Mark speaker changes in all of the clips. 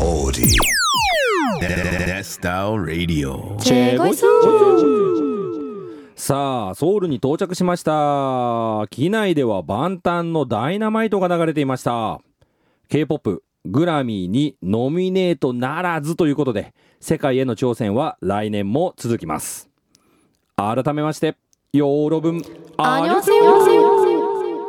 Speaker 1: Audi. Style Radio.
Speaker 2: チェゴイス
Speaker 3: さあソウルに到着しました機内では万端のダイナマイトが流れていました K-POP グラミーにノミネートならずということで世界への挑戦は来年も続きます改めましてヨーロ分
Speaker 2: アニョンセ
Speaker 3: よ
Speaker 2: ヨ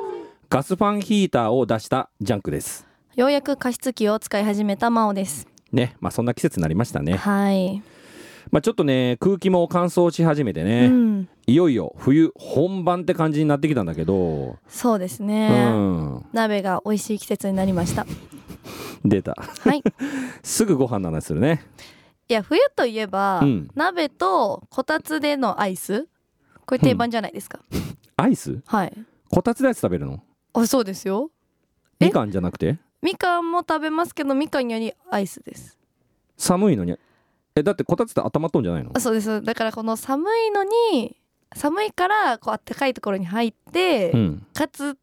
Speaker 3: ガスファンヒーターを出したジャンクです
Speaker 2: ようやく加湿器を使い始めた真央です
Speaker 3: ねまあそんな季節になりましたね
Speaker 2: はい、
Speaker 3: まあちょっとね空気も乾燥し始めてね、
Speaker 2: うん、
Speaker 3: いよいよ冬本番って感じになってきたんだけど、
Speaker 2: そうですね、
Speaker 3: うん
Speaker 2: 鍋が美味しい季節になりま した
Speaker 3: 出た
Speaker 2: はい
Speaker 3: すぐご飯の話するね
Speaker 2: いや冬といえば、
Speaker 3: うん
Speaker 2: 鍋とこたつでのアイスこれ定番じゃないですか、
Speaker 3: アイス
Speaker 2: はい
Speaker 3: こたつでアイス食べるの
Speaker 2: あそうですよえ
Speaker 3: みかんじゃなくて
Speaker 2: みかんも食べますけどみかんよりアイスです
Speaker 3: 寒いのにえだってこたつって頭とんじゃないの
Speaker 2: あそうですだからこの寒いのに寒いからこうあったかいところに入って、
Speaker 3: うん
Speaker 2: かつ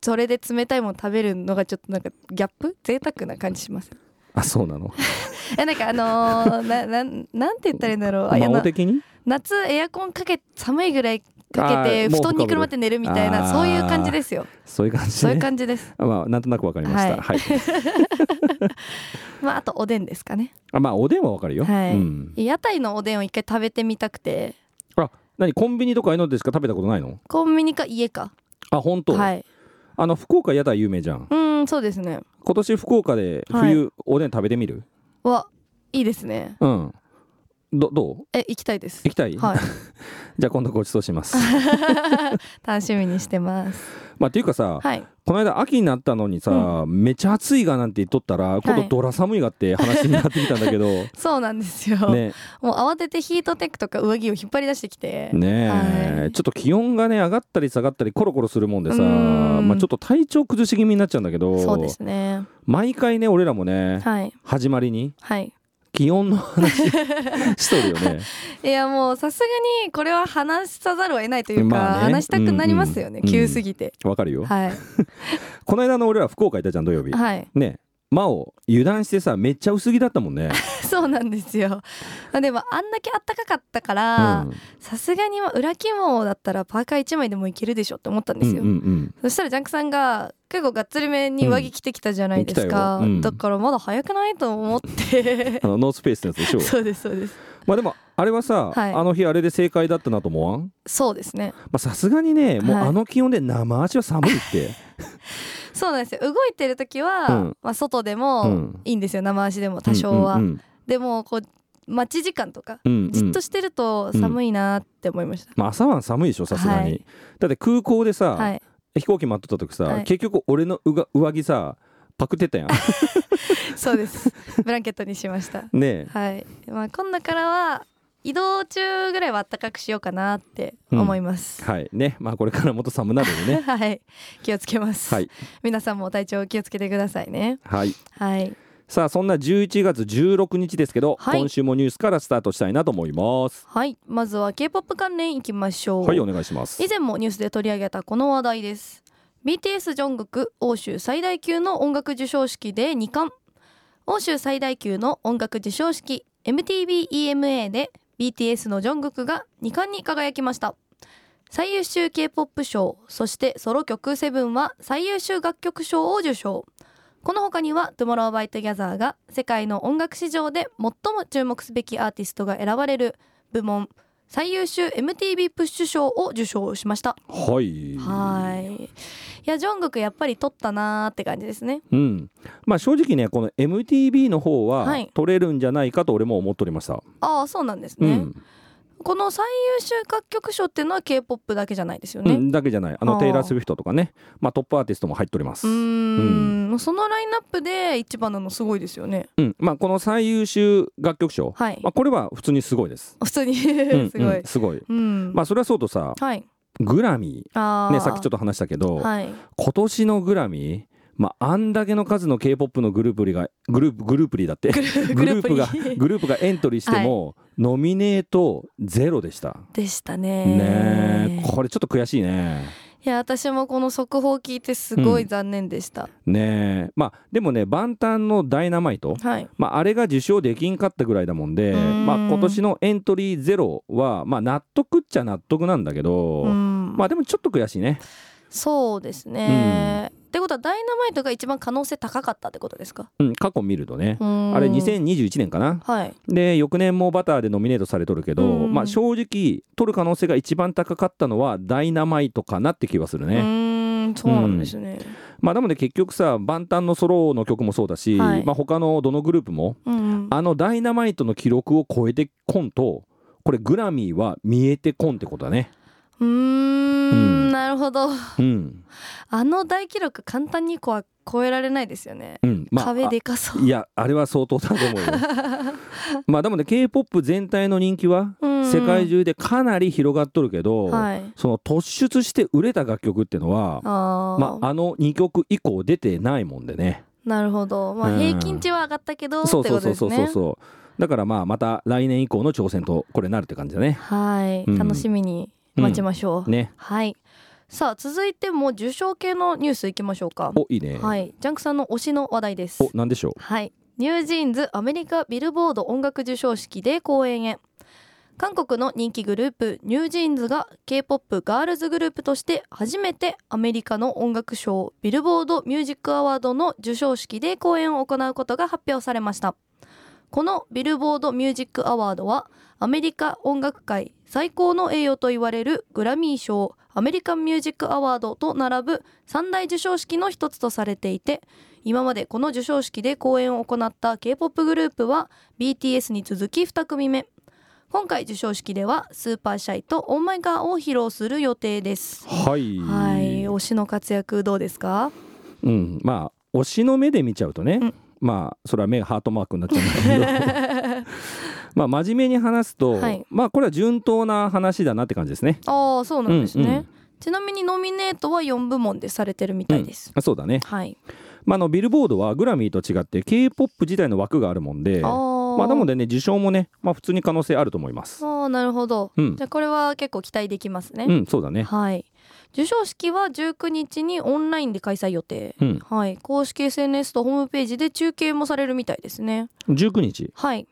Speaker 2: それで冷たいもの食べるのがちょっとなんかギャップ贅沢な感じします
Speaker 3: あそうなの
Speaker 2: えなんかあ のー、ななんなんて言ったらいいんだろうあいや
Speaker 3: 魔
Speaker 2: な
Speaker 3: 王的に
Speaker 2: 夏エアコンかけ寒いぐらいかけ
Speaker 3: あ
Speaker 2: て
Speaker 3: ーもう
Speaker 2: 布団にくるまって寝るみたい
Speaker 3: あ
Speaker 2: な
Speaker 3: ー
Speaker 2: そういう感じですよ
Speaker 3: そういう感じ
Speaker 2: そういう
Speaker 3: ね
Speaker 2: 感じです
Speaker 3: まあなんとなくわかりましたはい、
Speaker 2: まああとおでんですかね
Speaker 3: あまあおでんはわかるよ、
Speaker 2: はい
Speaker 3: うん、
Speaker 2: 屋台のおでんを一回食べてみたくて
Speaker 3: あ何コンビニとかああいうのでしか食べたことないの
Speaker 2: コンビニか家か
Speaker 3: あ本当、
Speaker 2: はい
Speaker 3: あの福岡屋台有名じゃん
Speaker 2: うーんそうですね
Speaker 3: 今年福岡で冬、おでん食べてみる
Speaker 2: わいいですね
Speaker 3: うんどどう
Speaker 2: え行きたいです
Speaker 3: 行きたい、
Speaker 2: はい
Speaker 3: じゃあ今度ごちそう します。
Speaker 2: 楽しみにしてます
Speaker 3: まあ、っていうかさ、
Speaker 2: はい
Speaker 3: この間秋になったのにさ、めちゃ暑いがなんて言っとったら今
Speaker 2: は
Speaker 3: 度
Speaker 2: い
Speaker 3: ドラ寒いがって話になってきたんだけど、
Speaker 2: そうなんですよ、
Speaker 3: ね
Speaker 2: もう慌ててヒートテックとか上着を引っ張り出してきて
Speaker 3: ねえ、
Speaker 2: はい
Speaker 3: ちょっと気温がね上がったり下がったりコロコロするもんでさ、
Speaker 2: うーん
Speaker 3: まあ、ちょっと体調崩し気味になっちゃうんだけど
Speaker 2: そうですね
Speaker 3: 毎回ね俺らもね、
Speaker 2: はい
Speaker 3: 始まりに
Speaker 2: はい
Speaker 3: 気温の 話しとるよね。
Speaker 2: いやもうさすがにこれは話さざるを得ないというか、
Speaker 3: まあね
Speaker 2: 話したくなりますよね、
Speaker 3: うんうん
Speaker 2: 急すぎて、
Speaker 3: わかるよ、
Speaker 2: はい
Speaker 3: この間の俺ら福岡いたじゃん土曜日。
Speaker 2: はい
Speaker 3: ね真央油断してさめっちゃ薄着だったもんね。
Speaker 2: そうなんですよまあでもあんだけ暖かかったか
Speaker 3: う
Speaker 2: ら
Speaker 3: ん
Speaker 2: さすがにまあ裏肝だったらパーカー1枚でもいけるでしょって思ったん
Speaker 3: う
Speaker 2: で
Speaker 3: ん
Speaker 2: す
Speaker 3: うん
Speaker 2: よ、
Speaker 3: うん
Speaker 2: そしたらジャンクさんが結構がっつりめに上着着てきたじゃないですか、
Speaker 3: うん来たようん
Speaker 2: だからまだ早くないと思って
Speaker 3: あのノースペースのやつ でしょ
Speaker 2: そうですそうです
Speaker 3: まあでもあれはさ、
Speaker 2: はい
Speaker 3: あの日あれで正解だったなと思わん
Speaker 2: そうですね
Speaker 3: まあさすがにねもう
Speaker 2: はい
Speaker 3: あの気温で生足は寒いって、
Speaker 2: そうなんですよ動いてる時は、
Speaker 3: うん
Speaker 2: まあ、外で
Speaker 3: う
Speaker 2: も
Speaker 3: ん
Speaker 2: いいんですよ生足でも 多少は、
Speaker 3: うんうん
Speaker 2: でもこう待ち時間とか
Speaker 3: うんうん
Speaker 2: じっとしてると寒いなって思いました。
Speaker 3: まあ、朝晩寒いでしょさすがに、
Speaker 2: はい
Speaker 3: だって空港でさ、
Speaker 2: はい、
Speaker 3: 飛行機待っとった時さ、
Speaker 2: はい
Speaker 3: 結局俺のうが上着さパクっ てたやんね
Speaker 2: そうです。 ブランケットにしました。
Speaker 3: え
Speaker 2: はい、まあ、今度からは移動中ぐらいは暖かくしようかなって思います。
Speaker 3: はいねまあこれからもっと寒なるでね
Speaker 2: はい、気をつけます。
Speaker 3: はい
Speaker 2: 皆さんも体調を気をつけてくださいね。
Speaker 3: はい
Speaker 2: はい、
Speaker 3: さあそんな11月16日ですけど、
Speaker 2: はい
Speaker 3: 今週もニュースからスタートしたいなと思います
Speaker 2: はい、まずは K-POP 関連いきましょう。
Speaker 3: はいお願いします
Speaker 2: 以前もニュースで取り上げたこの話題です BTS ジョングク欧州最大級の音楽授賞式で2冠欧州最大級の音楽授賞式 MTVEMA で BTS のジョングクが2冠に輝きました最優秀 K-POP 賞そしてソロ曲「セブンは最優秀楽曲賞を受賞この他には「TOMORROWXTOGETHER」が世界の音楽市場で最も注目すべきアーティストが選ばれる部門最優秀 MTV プッシュ賞を受賞しました。
Speaker 3: はい
Speaker 2: はい。いやジョングクやっぱり取ったなーって感じですね。
Speaker 3: うん、まあ正直ねこの MTV の方
Speaker 2: は
Speaker 3: はい取れるんじゃないかと俺も思っておりました、
Speaker 2: ああそうなんです
Speaker 3: う
Speaker 2: ね。
Speaker 3: ん
Speaker 2: この最優秀楽曲賞っていうのは K-POP だけじゃないですよ
Speaker 3: う
Speaker 2: ね。
Speaker 3: ん、だけじゃないあ
Speaker 2: あ
Speaker 3: の
Speaker 2: ー
Speaker 3: テイラー・スウィフトとかねまあトップアーティストも入っております
Speaker 2: うーんそのラインナップで一番なのすごいですよね。
Speaker 3: うんまあ、この最優秀楽曲賞、
Speaker 2: はい。
Speaker 3: まあ、これは普通にすごいです、
Speaker 2: 普通に
Speaker 3: うん
Speaker 2: すご
Speaker 3: う
Speaker 2: い
Speaker 3: ん。すごい
Speaker 2: うん。
Speaker 3: まあそれはそうとさ
Speaker 2: はい。
Speaker 3: グラミ
Speaker 2: あ
Speaker 3: ー
Speaker 2: あ。
Speaker 3: ねさっきちょ
Speaker 2: っ
Speaker 3: っと話したけど、
Speaker 2: はい。
Speaker 3: 今年のグラミーまあ、あんだけの数の k p o p のグループリがグループグループリだってグループが
Speaker 2: グループに
Speaker 3: グループがエントリーしても、ノミネートゼロでした
Speaker 2: でしたね
Speaker 3: ねえこれちょっと悔しいね
Speaker 2: いや私もこの速報聞いてすごい残念でした、
Speaker 3: ねえまあでもね万端の「ダイナマイト」
Speaker 2: はい
Speaker 3: まあ、あれが受賞できんかったぐらいだもんで、
Speaker 2: うん
Speaker 3: まあ、今年のエントリーゼロは、まあ、納得っちゃ納得なんだけど、
Speaker 2: うん
Speaker 3: まあでもちょっと悔しいね
Speaker 2: そうですね、ってことはダイナマイトが一番可能性高かったってことですか
Speaker 3: うん、過去見るとね、
Speaker 2: あ
Speaker 3: あれ2021年かな
Speaker 2: はい
Speaker 3: で翌年もバターでノミネートされとるけど、
Speaker 2: うん
Speaker 3: まあ正直取る可能性が一番高かったのはダイナマイトかなって気はする
Speaker 2: う
Speaker 3: ね、
Speaker 2: ーんそうなんですね、
Speaker 3: まあなので結局さ万端のソロの曲もそうだし、
Speaker 2: はい
Speaker 3: まあ他のどのグループも
Speaker 2: うん
Speaker 3: あのダイナマイトの記録を超えてこんとこれグラミーは見えてこんってことだね
Speaker 2: うー
Speaker 3: うん
Speaker 2: んなるほど
Speaker 3: うん
Speaker 2: あの大記録簡単にこは超えられないですよね、
Speaker 3: うんまあ
Speaker 2: 壁でかそう
Speaker 3: いやあれは相当だと思 うよまあでもね k p o p 全体の人気は
Speaker 2: うん
Speaker 3: 世界中でかなり広がっとるけど、
Speaker 2: はい
Speaker 3: その突出して売れた楽曲ってのは
Speaker 2: あー、
Speaker 3: まあ、あの2曲以降出てないもんでね
Speaker 2: なるほどま
Speaker 3: うん
Speaker 2: あ平均値は上がったけどって
Speaker 3: そ
Speaker 2: こ
Speaker 3: うそ
Speaker 2: と
Speaker 3: うそう
Speaker 2: です
Speaker 3: そうそう
Speaker 2: ね
Speaker 3: そうだからまあまた来年以降の挑戦とこれなるって感じだね
Speaker 2: はい、
Speaker 3: うん
Speaker 2: 楽しみに待ちましょう、
Speaker 3: ね
Speaker 2: はいさあ続いても受賞系のニュースいきましょうか
Speaker 3: おいいね、
Speaker 2: はいジャンクさんの推しの話題です
Speaker 3: おなんでしょ
Speaker 2: はいニュージーンズアメリカビルボード音楽授賞式で公演へ韓国の人気グループニュージーンズが K-POP ガールズグループとして初めてアメリカの音楽賞ビルボードミュージックアワードの授賞式で公演を行うことが発表されましたこのビルボードミュージックアワードはアメリカ音楽界最高の栄誉と言われるグラミー賞アメリカンミュージックアワードと並ぶ三大授賞式の一つとされていて今までこの授賞式で公演を行った K-POP グループは BTS に続き2組目今回授賞式ではスーパーシャイとオーマイガーを披露する予定です
Speaker 3: うはい
Speaker 2: はい推しの活躍どうですか
Speaker 3: うん、まあ推しの目で見ちゃうとね、
Speaker 2: うん
Speaker 3: まあそれは目がハートマークになっちゃうんだ けどまあ真面目に話すと、
Speaker 2: はい
Speaker 3: まあこれは順当な話だなって感じですね。
Speaker 2: ああそうなんですね、
Speaker 3: うんうん
Speaker 2: ちなみにノミネートは4部門でされてるみたいです、
Speaker 3: あそうだね、
Speaker 2: はい
Speaker 3: まあ、あのビルボードはグラミーと違って k p o p 自体の枠があるもんで
Speaker 2: あー
Speaker 3: まあ、なのでね受賞もね、まあ、普通に可能性あると思います。
Speaker 2: あーなるほど、
Speaker 3: うん
Speaker 2: じゃあこれは結構期待できますね、
Speaker 3: うん、そうだね、
Speaker 2: はい授賞式は19日にオンラインで開催予定
Speaker 3: うん、
Speaker 2: はい、公式 SNS とホームページで中継もされるみたいですね。
Speaker 3: 19日
Speaker 2: はい、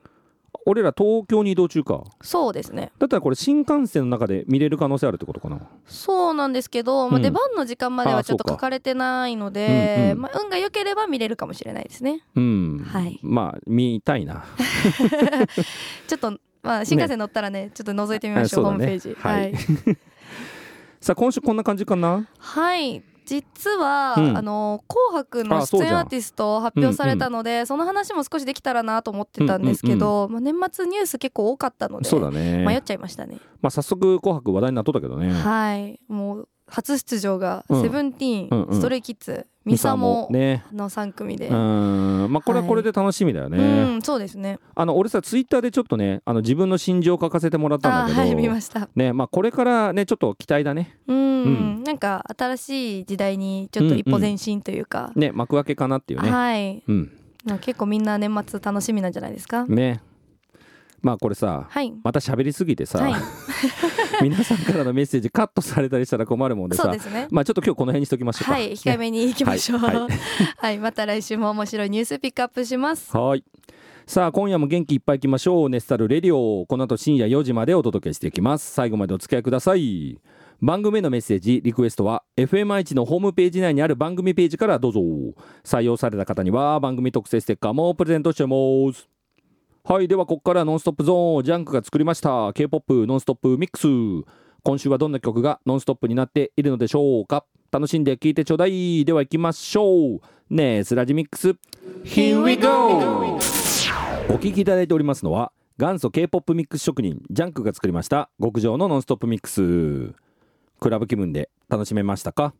Speaker 3: 俺ら東京に移動中か
Speaker 2: そうですね。
Speaker 3: だったらこれ新幹線の中で見れる可能性あるってことかな
Speaker 2: そうなんですけど、ま
Speaker 3: う
Speaker 2: あ、
Speaker 3: ん
Speaker 2: 出番の時間まで
Speaker 3: あー
Speaker 2: はちょっと
Speaker 3: そう
Speaker 2: 書
Speaker 3: か
Speaker 2: かれてないので、
Speaker 3: うんうん
Speaker 2: まあ、運が良ければ見れるかもしれないですね。
Speaker 3: うん、
Speaker 2: はい
Speaker 3: まあ見たいな
Speaker 2: ちょっと、まあ、新幹線乗ったらね、ちょっと覗いてみましょう、
Speaker 3: あ
Speaker 2: ホー
Speaker 3: そう
Speaker 2: ム
Speaker 3: だ
Speaker 2: ペー
Speaker 3: ね
Speaker 2: ジ。
Speaker 3: はい さあ今週こんな感じかな
Speaker 2: はい実は、
Speaker 3: うん
Speaker 2: あの紅白の
Speaker 3: あそう
Speaker 2: 出
Speaker 3: じゃん
Speaker 2: 演アーティスト発表されたので、その話も少しできたらなと思ってたんですけど、まあ、年末ニュース結構多かったので
Speaker 3: そうだね
Speaker 2: 迷っちゃいましたね。
Speaker 3: まあ、早速「紅白」話題になっとったけどね。
Speaker 2: はい、もう初出場が
Speaker 3: うん
Speaker 2: セブンティ
Speaker 3: うん
Speaker 2: ー
Speaker 3: うん
Speaker 2: ン、ストレイキッズ、ミサモ
Speaker 3: ね。
Speaker 2: の三組で、
Speaker 3: うーんまあこれはこれで楽しみだよね、
Speaker 2: うん、そうですね。
Speaker 3: あの俺さツイッターでちょっとねあの自分の心情を書かせてもらった
Speaker 2: あ
Speaker 3: ん
Speaker 2: ー
Speaker 3: だけど
Speaker 2: はい、見ました。
Speaker 3: ねまあ、これからねちょっと期待だね
Speaker 2: うん、
Speaker 3: うん
Speaker 2: なんか新しい時代にちょっと一歩前進というか、
Speaker 3: ね幕開けかなっていうね、
Speaker 2: はい、
Speaker 3: うん
Speaker 2: なんか結構みんな年末楽しみなんじゃないですか。
Speaker 3: ねまあこれさ、
Speaker 2: はい、
Speaker 3: また喋りすぎてさ、
Speaker 2: はい
Speaker 3: 皆さんからのメッセージカットされたりしたら困るもんでさ
Speaker 2: そうですね。
Speaker 3: まあちょっと今日この辺にしときましょうか
Speaker 2: はい、控えめに行きましょう。
Speaker 3: は
Speaker 2: はいい、
Speaker 3: は
Speaker 2: また来週も面白いニュースピックアップします。
Speaker 3: はい。さあ今夜も元気いっぱいいきましょう。ネスタルレディオ。この後深夜4時までお届けしていきます。最後までお付き合いください。番組へのメッセージ、リクエストは FMI1 のホームページ内にある番組ページからどうぞ。採用された方には番組特製ステッカーもプレゼントしてます。はい。ではここからはノンストップゾーン。ジャンクが作りました。K-POP ノンストップミックス。今週はどんな曲がノンストップになっているのでしょうか楽しんで聴いてちょうだい。では行きましょう。ねえ、スラジミックス。Here we go! お聞きいただいておりますのは元祖 K-POP ミックス職人ジャンクが作りました極上のノンストップミックスクラブ気分で楽しめましたか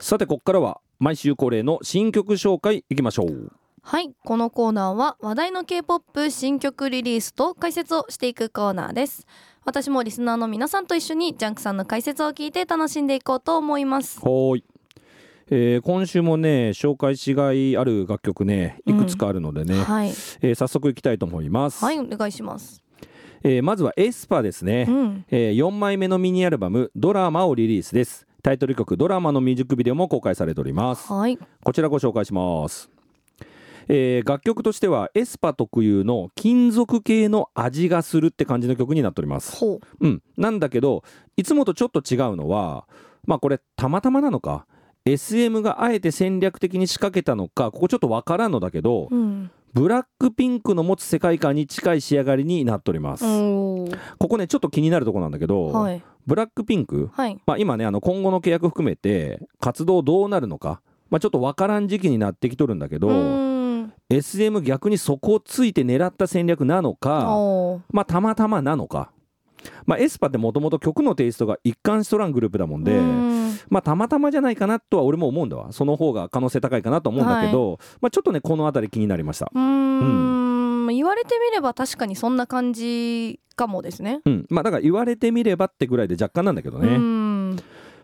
Speaker 3: さてここからは毎週恒例の新曲紹介いきましょう
Speaker 2: はい、このコーナーは話題の K-POP 新曲リリースと解説をしていくコーナーです。私もリスナーの皆さんと一緒にジャンクさんの解説を聞いて楽しんでいこうと思います。
Speaker 3: はい、えー今週もね紹介しがいある楽曲ねいくつかあるのでね、
Speaker 2: はい、
Speaker 3: えー早速いきたいと思います、
Speaker 2: はい、お願いします。
Speaker 3: えーまずはエスパーですね
Speaker 2: うん、
Speaker 3: えー4枚目のミニアルバム「ドラマ」をリリースです、タイトル曲ドラマのミュージックビデオも公開されております
Speaker 2: はい
Speaker 3: こちらご紹介します、えー楽曲としてはエスパ特有の金属系の味がするって感じの曲になっております
Speaker 2: ほう
Speaker 3: うんなんだけどいつもとちょっと違うのはまあこれたまたまなのか SM があえて戦略的に仕掛けたのかここちょっとわからんのだけど
Speaker 2: うん
Speaker 3: ブラックピンクの持つ世界観に近い仕上がりになっております、
Speaker 2: おー
Speaker 3: ここねちょっと気になるとこなんだけど、
Speaker 2: はい
Speaker 3: ブラックピンク、
Speaker 2: はい
Speaker 3: まあ、今ねあの今後の契約含めて活動どうなるのか、まあ、ちょっと分からん時期になってきとるんだけ
Speaker 2: う
Speaker 3: ど
Speaker 2: ーん
Speaker 3: SM 逆にそこをついて狙った戦略なのか、
Speaker 2: おー
Speaker 3: まあ、たまたまなのか、まあ、エスパってもともと曲のテイストが一貫しとらんグループだもん
Speaker 2: う
Speaker 3: で。
Speaker 2: ーん
Speaker 3: まあ、たまたまじゃないかなとは俺も思うんだわその方が可能性高いかなと思うんだけど、まあ、ちょっとねこの辺り気になりました、
Speaker 2: うーん言われてみれば確かにそんな感じかもですね
Speaker 3: うんまあ、だから言われてみればってぐらいで若干なんだけど
Speaker 2: う
Speaker 3: ね、
Speaker 2: ーん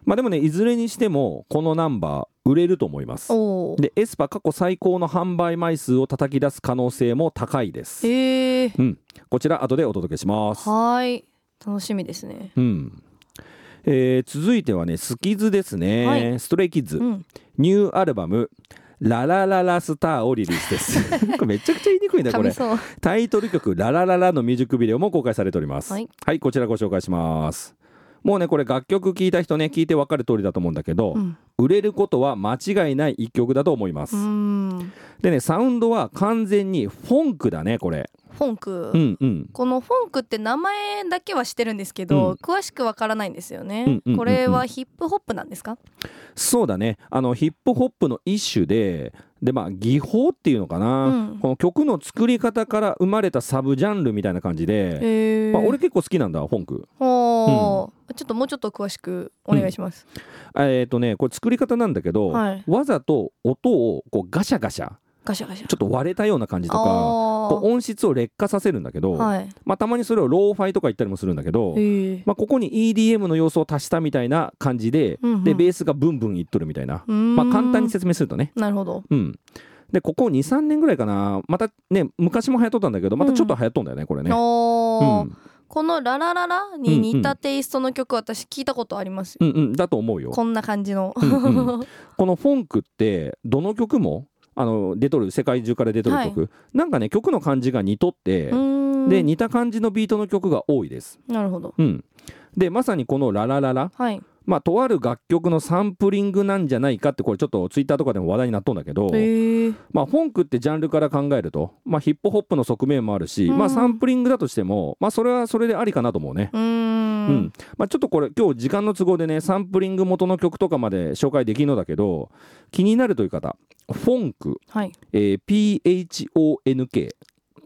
Speaker 3: まあ、でもねいずれにしてもこのナンバー売れると思います
Speaker 2: おー
Speaker 3: でエスパ過去最高の販売枚数を叩き出す可能性も高いです
Speaker 2: えー
Speaker 3: こちら後でお届けします
Speaker 2: はーい楽しみですね
Speaker 3: うんえー続いてはねスキズですね、
Speaker 2: はい
Speaker 3: ストレイキッズ、
Speaker 2: うん
Speaker 3: ニューアルバム「ララララスター」をリリースです これめちゃくちゃ言いにくいんだ
Speaker 2: 噛
Speaker 3: こ
Speaker 2: み
Speaker 3: れ
Speaker 2: そう
Speaker 3: タイトル曲「ララララ」のミュージックビデオも公開されております
Speaker 2: はい、
Speaker 3: こちらご紹介しますもうねこれ楽曲聴いた人ね聞いて分かる通りだと思うんだけど、
Speaker 2: うん
Speaker 3: 売れることは間違いない一曲だと思います、
Speaker 2: うーん
Speaker 3: でねサウンドは完全にフォンクだねこれ
Speaker 2: フォンク、
Speaker 3: うんうん
Speaker 2: このフォンクって名前だけは知ってるんですけど、
Speaker 3: うん
Speaker 2: 詳しくわからないんですよね、
Speaker 3: うんうんうんうん
Speaker 2: これはヒップホップなんですか
Speaker 3: そうだねあのヒップホップの一種ででまあ技法っていうのかな、
Speaker 2: うん
Speaker 3: この曲の作り方から生まれたサブジャンルみたいな感じで、
Speaker 2: へえ
Speaker 3: まあ、俺結構好きなんだフォンク
Speaker 2: ほーちょっともうちょっと詳しくお願いします、
Speaker 3: えっ、とねこれ作り方なんだけど、
Speaker 2: はい
Speaker 3: わざと音をこうガシャガシャ
Speaker 2: ガシャガシャ
Speaker 3: ちょっと割れたような感じとか
Speaker 2: あ
Speaker 3: こう音質を劣化させるんだけど、
Speaker 2: ーはい
Speaker 3: まあ、たまにそれをローファイとか言ったりもするんだけど、
Speaker 2: へえ
Speaker 3: まあ、ここに EDM の要素を足したみたいな感じで、でベースがブンブンいっとるみたいな、まあ、簡単に説明するとね
Speaker 2: なるほど
Speaker 3: うんでここ23年ぐらいかなまたね昔も流行っとったんだけどまたちょっと流行っとんだよね、これね、う
Speaker 2: おー
Speaker 3: ん、
Speaker 2: この「ララララ」に似たテイストの曲私聞いたことありますよ、
Speaker 3: うんうんだと思うよ
Speaker 2: こんな感じの、
Speaker 3: うん うこのフォンクってどの曲もあの出とる世界中から出とる曲、なんかね曲の感じが似とって、
Speaker 2: うーん
Speaker 3: で似た感じのビートの曲が多いです
Speaker 2: なるほど
Speaker 3: うんでまさにこの「ララララ」
Speaker 2: はい
Speaker 3: まあとある楽曲のサンプリングなんじゃないかってこれちょっとツイッターとかでも話題になっとんだけど、
Speaker 2: へえ
Speaker 3: まあ、フォンクってジャンルから考えると、まあ、ヒップホップの側面もあるし、
Speaker 2: うん
Speaker 3: まあ、サンプリングだとしても、まあ、それはそれでありかなと思うね。
Speaker 2: うーん
Speaker 3: うんまあ、ちょっとこれ今日時間の都合でねサンプリング元の曲とかまで紹介できるのだけど気になるという方フォンク、
Speaker 2: はい
Speaker 3: えー PHONK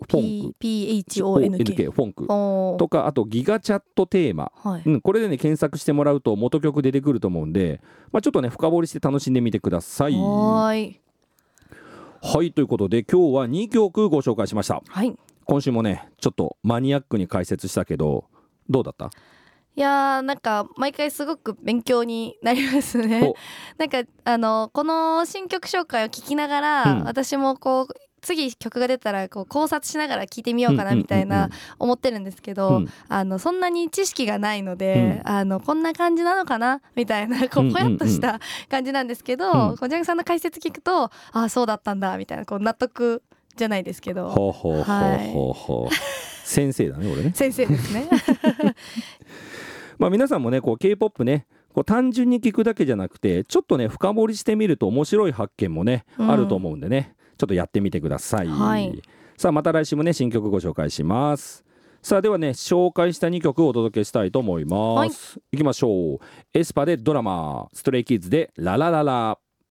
Speaker 3: フォンク
Speaker 2: PHONK
Speaker 3: フォンク
Speaker 2: おー
Speaker 3: とかあとギガチャットテーマ、
Speaker 2: はい、
Speaker 3: うん、これでね検索してもらうと元曲出てくると思うんで、まあ、ちょっとね深掘りして楽しんでみてください。
Speaker 2: はーい
Speaker 3: はいということで今日は2曲ご紹介しました。
Speaker 2: はいい
Speaker 3: 今週もねちょっとマニアックに解説したけどどうだった
Speaker 2: やーなんか毎回すごく勉強になりますね
Speaker 3: お
Speaker 2: なんかあのこの新曲紹介を聞きながら、
Speaker 3: うん
Speaker 2: 私もこう次曲が出たらこう考察しながら聞いてみようか
Speaker 3: う
Speaker 2: なん
Speaker 3: うんうんうん
Speaker 2: みたいな思ってるんですけど、
Speaker 3: うん
Speaker 2: あのそんなに知識がないので、あのこんな感じなのかなみたいなこ
Speaker 3: うんう
Speaker 2: うんぽやっとした感じなんですけど、
Speaker 3: うん
Speaker 2: こうジャンクさんの解説聞くとああそうだったんだみたいなこう納得じゃないですけど
Speaker 3: ほうほうほうほうほう先生だね俺ね
Speaker 2: 先生ですね。
Speaker 3: まあ皆さんもねこう K-POP ねこう単純に聞くだけじゃなくてちょっとね深掘りしてみると面白い発見もね、
Speaker 2: うん
Speaker 3: あると思うんでねちょっとやってみてください、
Speaker 2: はい
Speaker 3: さあまた来週もね新曲ご紹介しますさあではね紹介した2曲をお届けしたいと思います、い、きましょうエスパでドラマストレイキッズでララララ